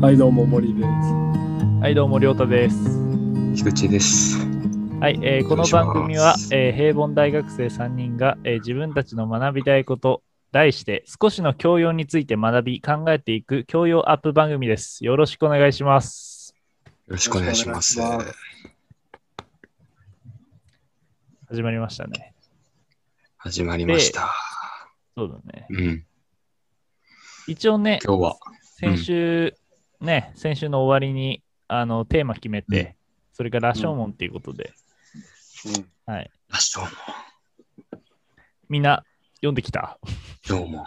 はい、どうも、森です。はい、どうも、りょうたです。菊池です。はい、えーこのお願いします番組は、えー平凡大学生3人が、えー自分たちの学びたいこと、題して少しの教養について学び、考えていく教養アップ番組です。よろしくお願いします。よろしくお願いします。よろしくお願い始まりましたね。始まりました。そうだね。うん。一応ね、今日は。先週、ね、先週の終わりに、あの、テーマ決めて、うんそれから、羅生門っていうことで、はい、ラストも。みんな読んできた。どうも。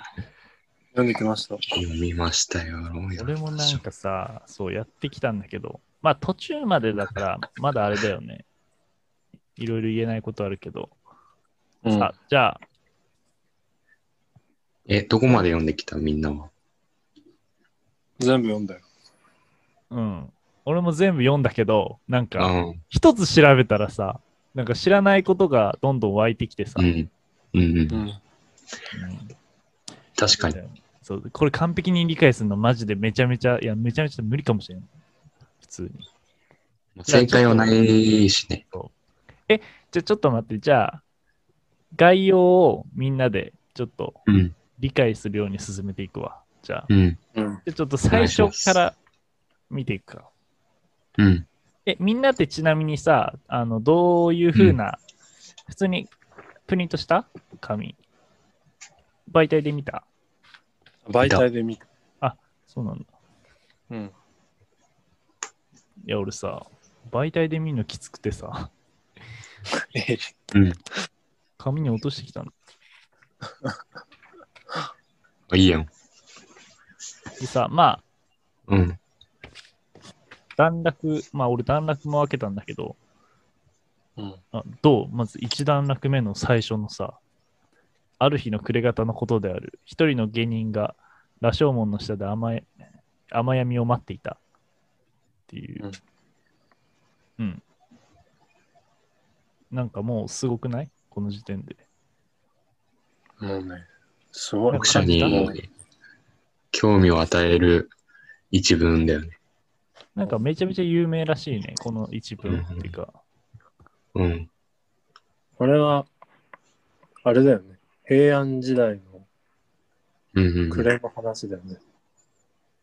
読んできました。読みましたよ。俺もなんかさ、そうやってきたんだけど、まあ途中までだから、まだあれだよね。いろいろ言えないことあるけど。うんさあ、じゃあ、え、どこまで読んできたみんなは。全部読んだよ。うん。俺も全部読んだけど、なんか、うん。一つ調べたらさ、なんか知らないことがどんどん湧いてきてさ。ううんん。うんうん。ん。確かに。そうこれ完璧に理解するのマジでめちゃめちゃ、いや、めちゃめちゃ無理かもしれない。普通に。正解はないしね。じゃあちょっと待って、じゃあ、概要をみんなでちょっとうん。理解するように進めていくわ。じゃあ、うん。うん。でちょっと最初から見ていくか。うん。え、みんなってちなみにさ、あの、どういうふうな、普通にプリントした紙媒体で見た媒体で見た。そうなんだ。うん。いや、俺さ、媒体で見るのきつくてさ、え紙に落としてきたんだ。あいいやん。でさ、まうん。あ、段落、まあ俺段落も分けたんだけど、うん。あどうまず1段落目の最初のさ、ある日の暮れ方のことである、一人の芸人が羅生門の下で甘え甘やみを待っていた。っていう。うん。なんかもうすごくないこの時点で。もうね、すごい。読者もうに興味を与える一文だよね。なんかめちゃめちゃ有名らしいね、この一文っていうか。うん。これは、あれだよね。平安時代のうんうんうん。暮れの話だよね。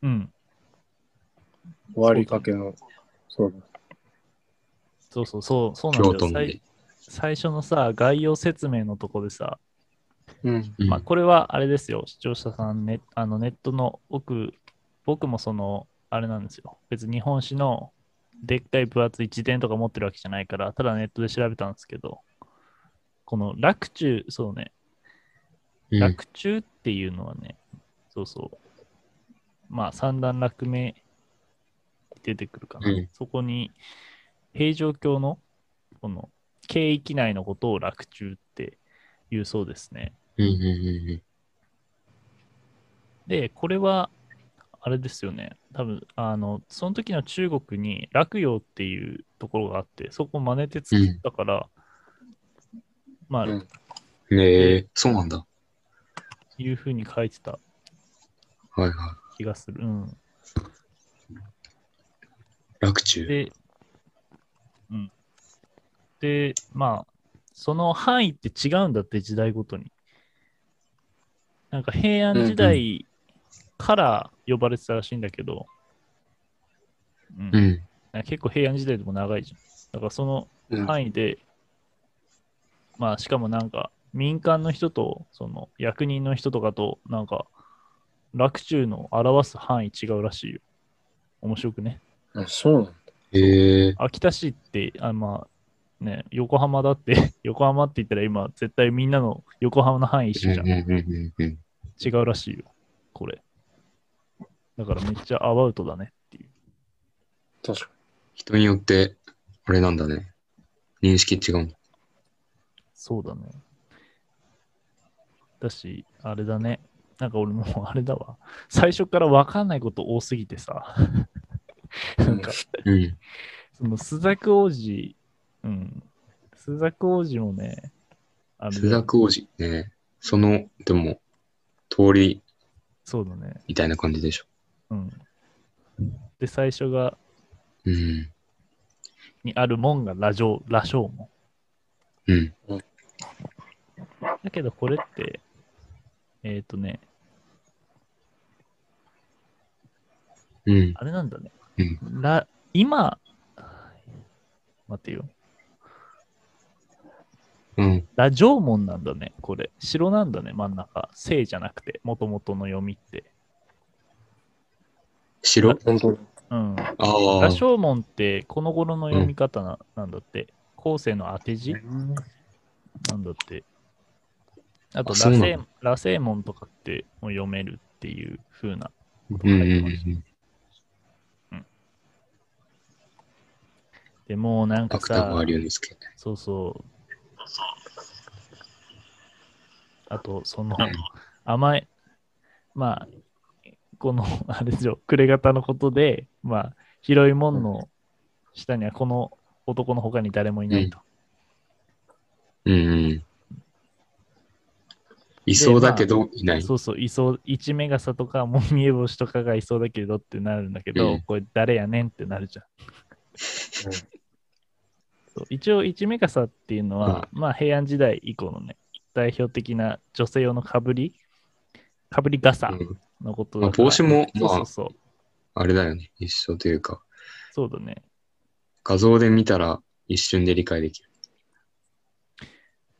うん。終わりかけの。そうだ。そうそうそう、そうなん京だ都よ。の最ね。最初のさ、概要説明のとこでさ、うん。うんまあ、これはあれですよ、視聴者さん、ね、あのネットの奥、僕もその、あれなんですよ。別に日本史のでっかい分厚い辞典とか持ってるわけじゃないから、ただネットで調べたんですけど、この楽中、そうね、うん楽中っていうのはね、そうそう、まあ三段落目出てくるかな。うんそこに平城京のこの京域内のことを楽中っていうそうですね。うんうんうんうん。で、これは、あれですよね。多分、あの、その時の中国に洛陽っていうところがあって、そこを真似て作ったから、まあ、うんねえ、そうなんだ。いうふうに書いてたはいは気がする。うん。い。楽中。で、うん。で、まあ、その範囲って違うんだって、時代ごとに。なんか平安時代から呼ばれてたらしいんだけど、うんうん。なんか結構平安時代でも長いじゃん。だからそのうん範囲で、まあしかもなんか民間の人とその役人の人とかとなんか楽中の表す範囲違うらしいよ。面白くね。あそうなんだ。へえ。秋田市って、あまあね、横浜だって、 横浜って言ったら今絶対みんなの横浜の範囲一緒じゃん。うんうんうんうん違うらしいよ、これ。だからめっちゃアバウトだねっていう。確か人によって、あれなんだね。認識違うんだ。そうだね。だし、あれだね。なんか俺もうあれだわ。最初から分かんないこと多すぎてさ。なんか、うん。そのスザク王子、うん。スザク王子もね、あれスだザク王子ね。その、でも、通りそうだね。みたいな感じでしょ。うん。で、最初が、うん。にある門が羅城、羅生門。うん。だけどこれって、えっ、とね、うん。あれなんだね。うんら今、待てよ。うん。羅城門なんだね、これ。城なんだね、真ん中。聖じゃなくて、もともとの読みって。白本当だ。うん。ああ羅。生門って、この頃の読み方な,、なんだって。後世の当て字なんだって。あとあそうな羅の生、羅生門とかっても読めるっていう風なことうんがうん書ういてました。ん。でもうなんか芥さ、川龍之介。そうそう。あと、そのうん、甘い、まあ、この、 あれでしょ、暮れ方のことで、まあ、広い門の下にはこの男の他に誰もいないと。うんうん。いそうだけど、いない。そうそう、いそう、一目傘とか、もみえ星とかがいそうだけどってなるんだけど、うんこれ誰やねんってなるじゃん。そう一応、一目傘っていうのは、まあ、平安時代以降のね、代表的な女性用のかぶり、かぶり傘うんのことだからまあ帽子も そうまあそうそう、あれだよね。一緒というか、そうだね。画像で見たら一瞬で理解できる。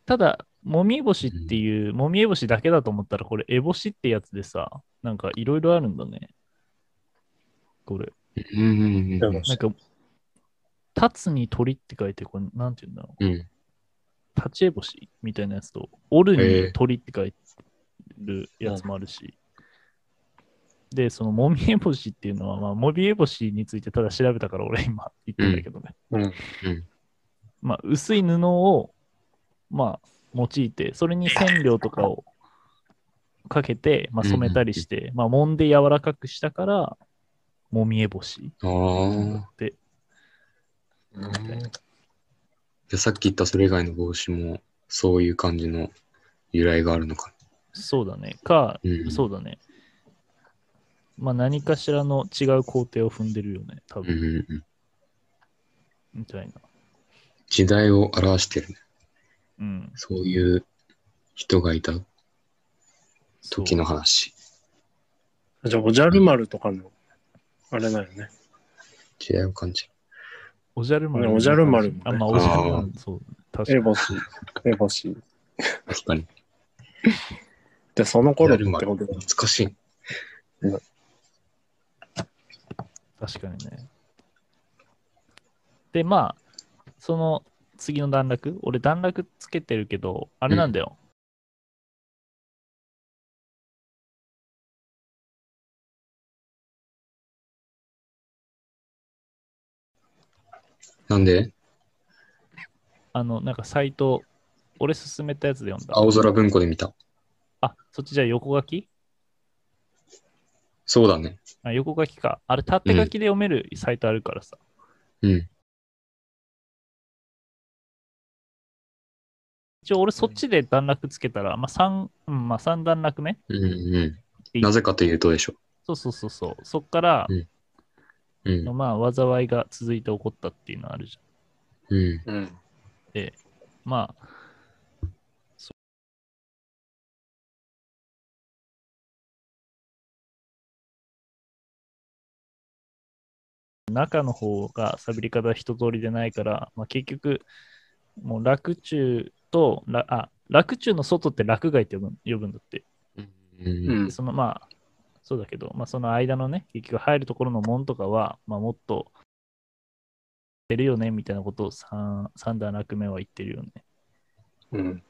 ただ、もみえ星っていう、もみえ星だけだと思ったら、これ、えぼしってやつでさ、なんかいろいろあるんだね。これ、うんうんうんなんか、立つに鳥って書いて、これ、なんて言うんだろう。うん。立ちえ星みたいなやつと、折るに鳥って書いてるやつもあるし。で、そのもみえ星っていうのは、まあ、もみえ星についてただ調べたから、俺今言ってんだけどね。うん。まあ、薄い布を、まあ、用いて、それに染料とかをかけて、まあ、染めたりして、まあ、揉んで柔らかくしたから、もみえ星ああ。で、じゃあさっき言ったそれ以外の帽子も、そういう感じの由来があるのか。そうだね。か、うんそうだね。まあ、何かしらの違う工程を踏んでるよね、多うんう分、んうん。みたいな。時代を表してるね。うん。そういう人がいたそう時の話。じゃあ、おじゃる丸とかの、あれだよね。時代を感じおじゃる丸。ねおじゃる丸もねあ、まあ、おじゃる丸。そう。確えかに。ぼし、えぼし。る。確かに。で、その頃ってことだよね懐かしい。確かにね。で、まあ、その次の段落、俺段落つけてるけど、あれなんだよ。なんであの、なんかサイト、俺勧めたやつで読んだ。青空文庫で見た。あ、そっちじゃあ横書きそうだね。あ横書きか。あれ、縦書きで読めるサイトあるからさ。うん。一応、俺そっちで段落つけたら、まあ3、うん、まあ3段落目うんうん。なぜかというとでしょそうそうそうそう。そっから、う。うん。まあ、災いが続いて起こったっていうのあるじゃん。うん。うん。まあ、そ中の方が喋り方一通りでないから、まあ、結局、もう楽中と、らあ、楽中の外って楽外って呼ぶ呼ぶんだって。うんううんんで。そのまあ、そうだけど、まあ、その間のね、結局入るところの門とかは、まあ、もっと出るよねみたいなことを 3, 三段落目は言ってるよね。うん。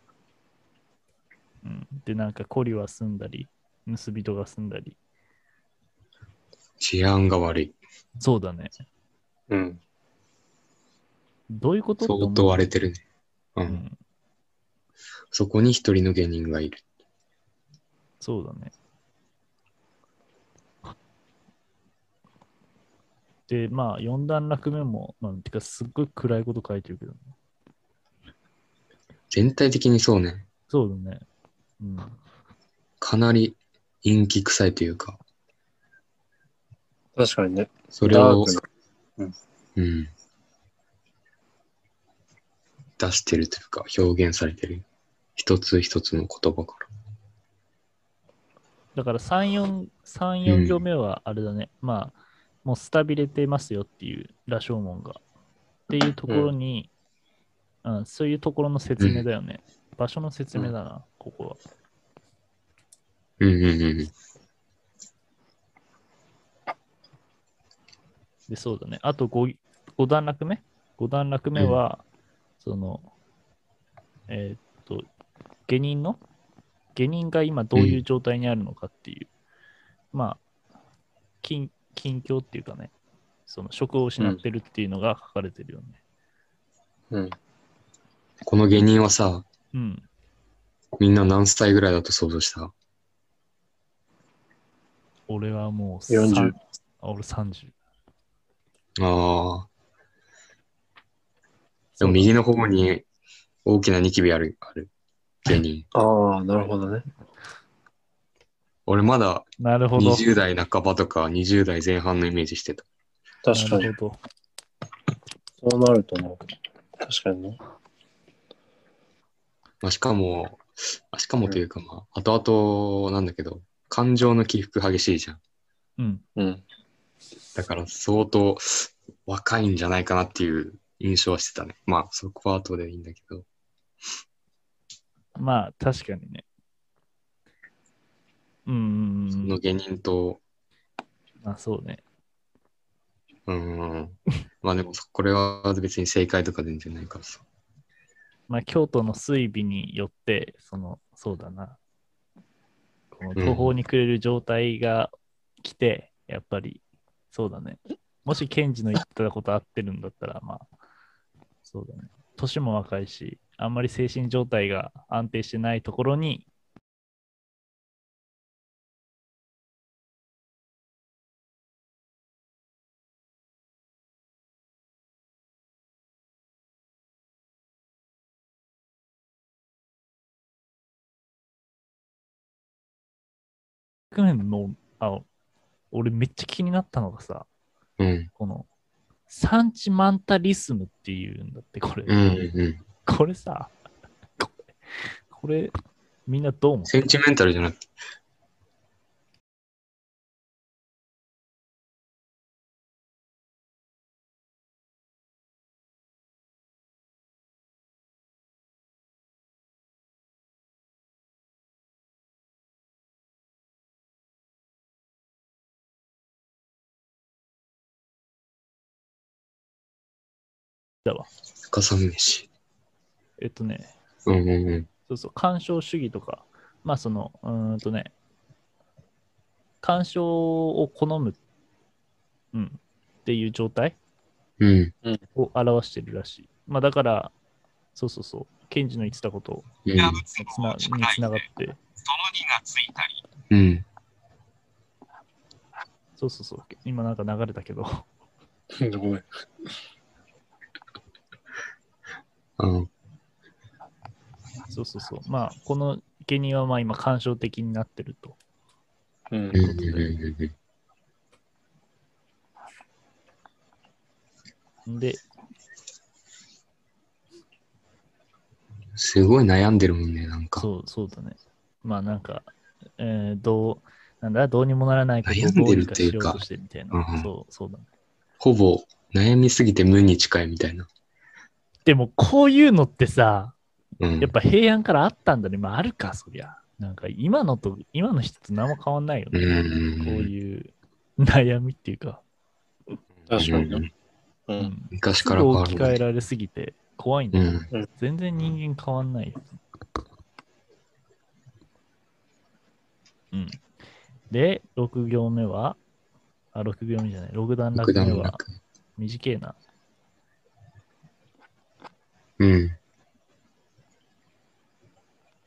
うん、で、なんか、コリは済んだり、盗人が済んだり。治安が悪い。そうだね。うん。どういうこと相当荒れてるね。う。うんん。そこに一人の芸人がいる。そうだね。で、まあ、4段落目も、まあ、てか、すっごい暗いこと書いてるけど、ね、全体的にそうね。そうだね。うん。かなり陰気臭いというか、確かにね。それを、ダークうん。出してるというか、表現されてる。一つ一つの言葉から。だから3、4、三四行目はあれだね、まあ、もうスタビれてますよっていう、羅生門が。っていうところに、うんそういうところの説明だよね。場所の説明だな、ここは。うんうんうんで、そうだね。あと 5, 五段落目 ?5 段落目は、その、えーっと、下人の下人が今どういう状態にあるのかっていう、まあ、近近況っていうかね、その職を失ってるっていうのが書かれてるよね。うん。この芸人はさ、うん。みんな何歳ぐらいだと想像した俺はもう40さんあ俺30。ああ。でも右の方に大きなニキビある、ある。芸人。ああ、なるほどね。俺まだなるほど。 20代半ばとか20代前半のイメージしてた。確かなにる。ほど。そうなると思う。確かにね。まあ、しかも、あしかもというかまあ、後々なんだけど、感情の起伏激しいじゃん。うん。うん。だから相当若いんじゃないかなっていう印象はしてたね。まあ、そこは後でいいんだけど。まあ、確かにね。うんうんそうんの。芸人と、まあ、そうね。うーん。まあでも、これは別に正解とか全然ないからさ。まあ、京都の水尾によって、その、そうだな。この途方に暮れる状態が来て、やっぱり、そうだね。もし、賢治の言ってたこと合ってるんだったら、まあ、そうだね。年も若いし、あんまり精神状態が安定してないところに、去年の、あ、俺めっちゃ気になったのがさ、うん。この、産地マンタリスムっていうんだって、これ。うんうん。これさ、これ、これみんなどう思うセンチメンタルじゃなくて、深さ飯。えっとね、うんうんうん。そうそう、干渉主義とか、まあその、うーんとね、干渉を好む、うん、っていう状態うんを表してるらしい。まあだから、そうそうそう、ケンジの言ってたことうん。つなにつながって、うん。そうそうそう、今なんか流れたけど、ごめん。あのそうそうそう、まあこの芸人はまあ今干渉的になってると。うんうんうんうんうんで、すごい悩んでるもんね、なんか。そう、そうだね。まあなんか、えーどう、なんだ、どうにもならないこと悩をんでるどうにかっていしうようかとしてみたいうんうな。んそう、そうだね。ほぼ悩みすぎて無に近いみたいな。でも、こういうのってさ、うんやっ。ぱ平安からあったんだね。まああるか、そりゃ。なんか今のと、今の人と何も変わんないようね。んうんうんこういう悩みっていうか、確かにね。う。うんん、昔すかぐら変わ置きる換えられすぎて怖いんうだよ。ん。全然人間変わんないよ。うん。で、6行目は、あ、6行目じゃない、6段落六目段は落。短いな。うん。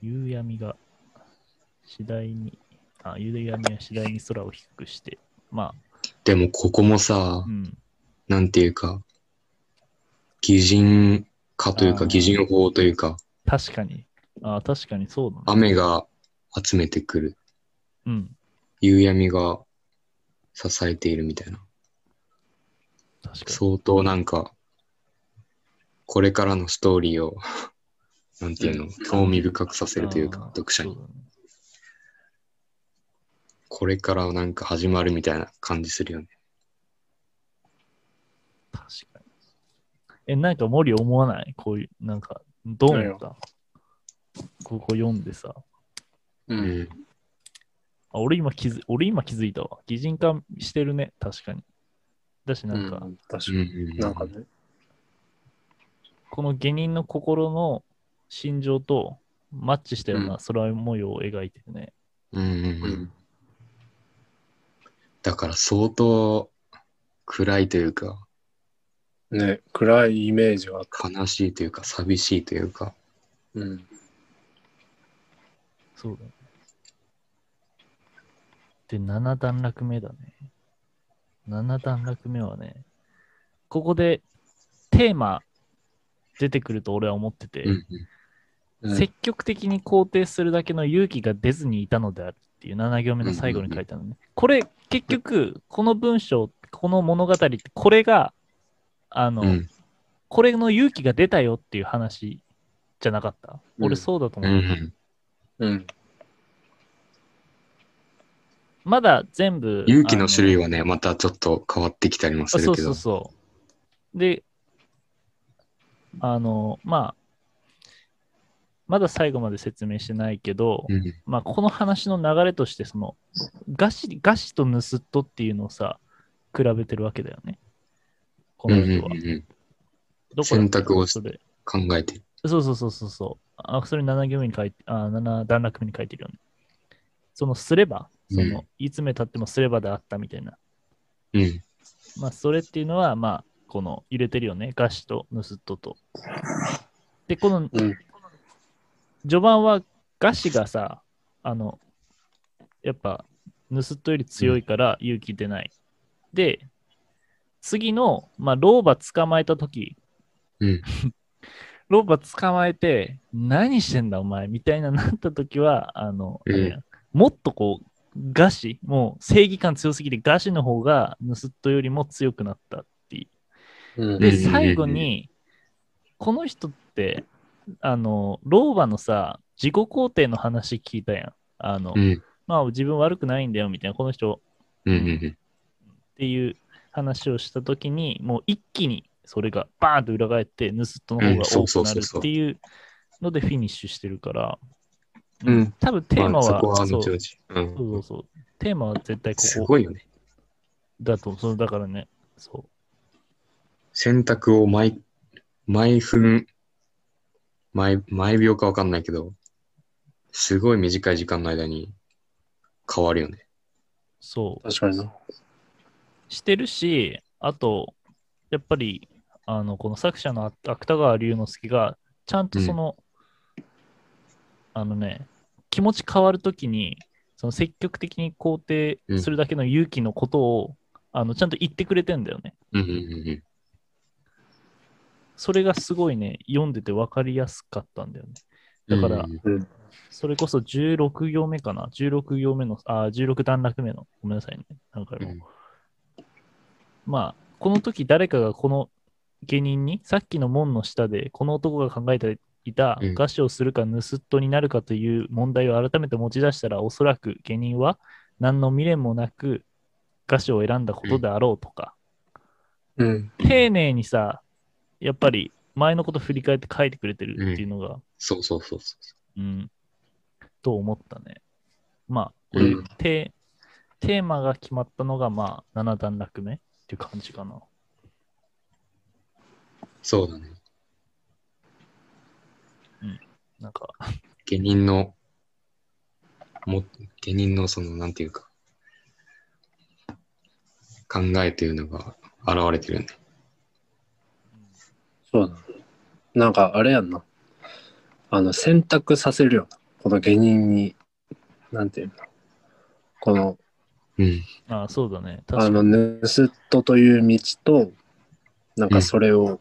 夕闇が次第に、あ、夕闇は次第に空を低くして、までもここもさあ、う、ん、なんていうか、擬人化というあか、ー擬人法というか、確かに、あ、確かにそうだね。雨が集めてくる。うん、夕闇が支えているみたいな。確かに。相当なんか、これからのストーリーを、 なんていうの、興味深くさせるというかあー、読者にそ。うだねこれからなんか始まるみたいな感じするよね。確かに。え、なんか森思わないこういう、なんか、どう思ったここ読んでさ。う。うんん。あ俺今気づ、俺今気づいたわ。擬人化してるね、確かに。だし、なんか、うん確かうに。ん、なんかね。この下人の心の心情とマッチしたよううな空模様を描いてるね。うんうんううんん。だから相当暗いというか、ね、暗いイメージはあった。悲しいというか、寂しいというか、うん。そうだね。で、7段落目だね。7段落目はね、ここでテーマ出てくると俺は思ってて、うんうん積極的に肯定するだけの勇気が出ずにいたのであるっていう7行目の最後に書いたのね。これ、結局、この文章、この物語って、これが、あの、うん。うんこれの勇気が出たよっていう話じゃなかった。うん俺そうだとう思う。ん。うん。まだ全部。勇気の種類ははね、またちょっと変わってきたりもすそるうけそどう、そう。で、あの、まあ、まだ最後まで説明してないけど、うんまあ、この話の流れとして、その、ガシ、ガシと盗っ人っていうのをさ、比べてるわけだよね。こうんのうん人は。うんどこだっけ選択をしそれ考えてる。そうそうそうそうそう。あ、それ7行目に書いて、あ、7段落目に書いてるよね。そのすれば、その、ういつまで経ってもすればであったみたいな。うん。まあ、それっていうのは、まあ、この、入れてるよね。ガシとヌスットと。で、こうの、ん序盤はガシがさ、あの、やっぱ、ヌスットより強いから勇気出ない。で、次の、まあ、老婆捕まえたとき、 うん。ロバ捕まえて、何してんだお前みたいななった時は、あの、うんあれやもっとこう、餓死、もう正義感強すぎて餓死の方が盗っ人よりも強くなったっていううんで、うん最後に、この人って、あの、老婆のさ、自己肯定の話聞いたやん。あの、うん。まあ自分悪くないんだよみたいな、この人うんうんっていう話をしたときに、もう一気にそれがバーンと裏返って、盗っ人の方が多くなるっていうのでフィニッシュしてるから、うん。うん。多分テーマまあそは、こは後そうそう。々うそんう。そう、テーマは絶対すここごいよね。だと、そうだからね、そ選択を毎、毎分、毎、毎秒かわかんないけど、すごい短い時間の間に変わるよね。う、そう、確かにな。してるし、あと、やっぱり、あの、この作者の芥川龍之介が、ちゃんとその、あのね、気持ち変わるときに、その積極的に肯定するだけの勇気のことを、あのちゃんと言ってくれてんだよね。うんうんうんうん。それがすごいね、読んでて分かりやすかったんだよね。だからうんそれこそ16行目かな ?16 行目の、あ、16段落目の、ごめんなさいね。何回うも。んまあ、この時誰かがこの下人に、さっきの門の下で、この男が考えていたうん、餓死をするか盗っ人になるかという問題を改めて持ち出したら、おそらく下人は何の未練もなく、餓死を選んだことであろうとか、うん。丁寧にさ、やっぱり前のこと振り返って書いてくれてるっていうのが、そうそうそうそうん、と思ったね。まあ、こう。れ、うんテテーマが決まったのが、まあ、7段落目っていう感じかな。そうだね。なんか、下人の、も、下人のその、なんていうか、考えというのが現れてるよね。そうだな。なんかあれやんな。あの、選択させるよな。この下人に、なんていうの。この、うん。ああそうだね。確あかに。の、盗っ人という道と、なんかそれを、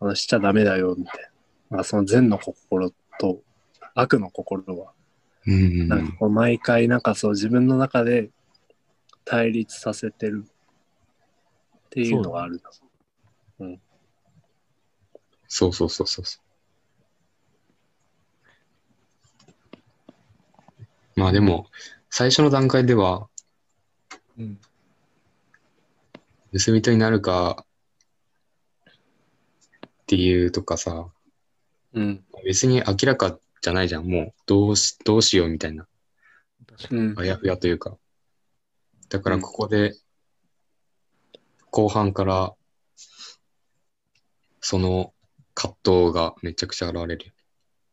あのしちゃダメだよ、みたいな。なんかその善の心と悪の心は、うんうんうなんかん。こう毎回、なんかそう自分の中で、対立させてるっていうのがあるな。そうそうそうそうそう。まあでも、最初の段階では、うん盗人になるかっていうとかさ、うん。別に明らかじゃないじゃん。もう、どうし、どうしようみたいな。確かうに。んあやふやというか。だからここで、後半から、その葛藤がめちゃくちゃ現れる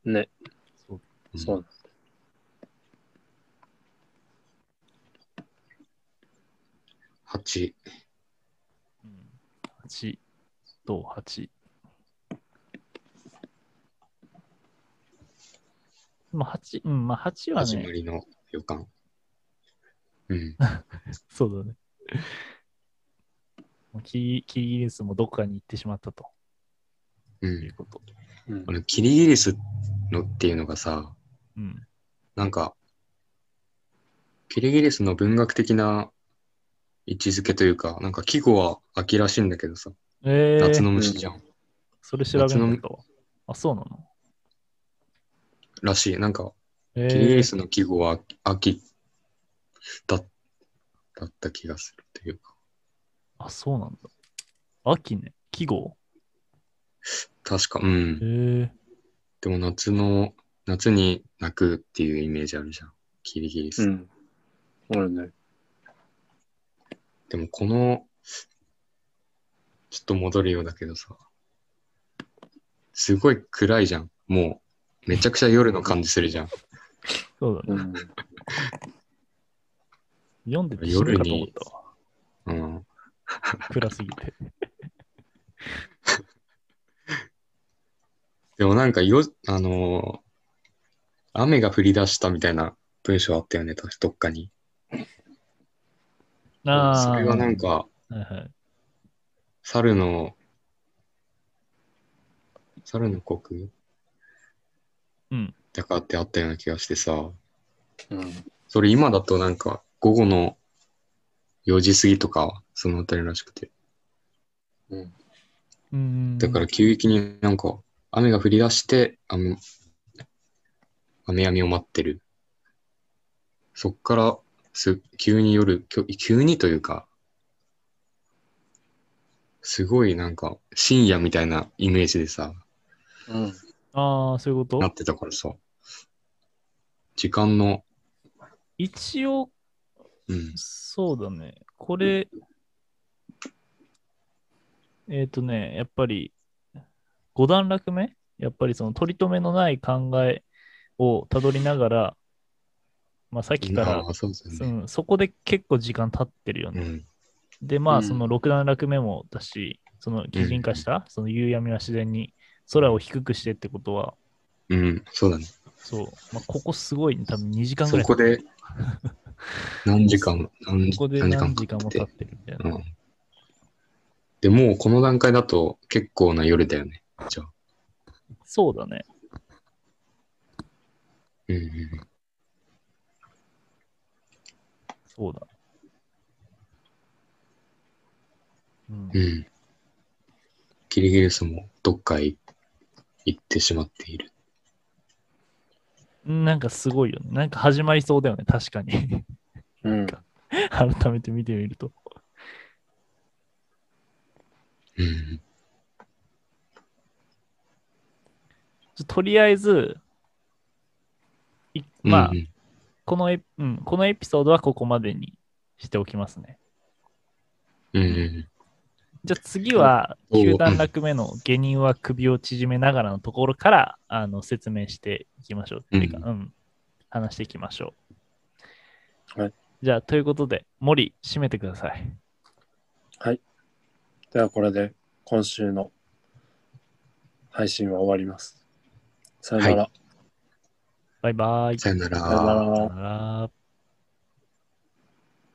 よ。ね、そううんそう。 8。うん8と8。まあ8、うん、まあ8は始まね、りの予感。うん。そうだね。 もうキリキリギリスもどっかに行ってしまったとう。いうんこと。うんあの、キリギリスのっていうのがさ、うん。なんか、キリギリスの文学的な位置づけというか、なんか季語は秋らしいんだけどさ、え夏ー、の虫じゃん。それ調べなかったわ。あ、そうなのらしい。なんか、えキリギリー、スの季語は秋だだった気がするというか、あ、そうなんだ。秋ね。季語確か、うんえ。ー、でも夏の、夏に泣くっていうイメージあるじゃん。キリギリス。うん。あるね。でもこの、ちょっと戻るようだけどさ、すごい暗いじゃん。もう、めちゃくちゃ夜の感じするじゃん。そうだね。うん。読んでて死ぬかと思ったわ。うん。暗すぎて。でもなんかよ、あのー雨が降り出したみたいな文章あったよね、確かどっかに。あーそれはなん、か、はいはい。猿の、猿の国うん。だからってあったような気がしてさ、うん。それ今だとなんか午後の4時過ぎとか、そのあたりらしくて。うん。うんだから急激になんか雨が降り出して、雨、雨闇を待ってる。そっからす、急に夜、きょ急にというか、すごいなんか深夜みたいなイメージでさ、うん。ああ、そういうこなとってたからさ、時間の、一応、うん、そうだね。これ、えっ、とね、やっぱり、五段落目やっぱりその取り留めのない考えをたどりながら、まあさっきからあ、あ、そうですようね。ん、そこで結構時間経ってるようね。ん、で、まうあんその六段落目もだし、その擬人化した、その夕闇は自然に空を低くしてってことは、うん、そうだね。そう、まあ、ここすごい、ね、多分2時間ぐそらいこで、何時 間、何ここで時何何時時間間かもっ。経っててるみたいな。うん。でもうこの段階だと結構な夜だよね。じゃあ。そうだね。うんうん。そうだ。うんう、ん。キリギリスもどっかへ行ってしまっている。なんかすごいよね。なんか始まりそうだよね、確かに。 うん。改めて見てみると。うん。ちょとりあえず、いまあ、うんうんこのエ、うん、このエピソードはここまでにしておきますね。うんうん。じゃあ次は、お9段落目の下人は首を縮めながらのところから、あの説明していきましょう。うんてか、うん、話していきましょう。はい。じゃあ、ということで、森、締めてください。ではこれで今週の配信は終わります。さよなら。はバイバイ。さよなら。さよなら。さよなら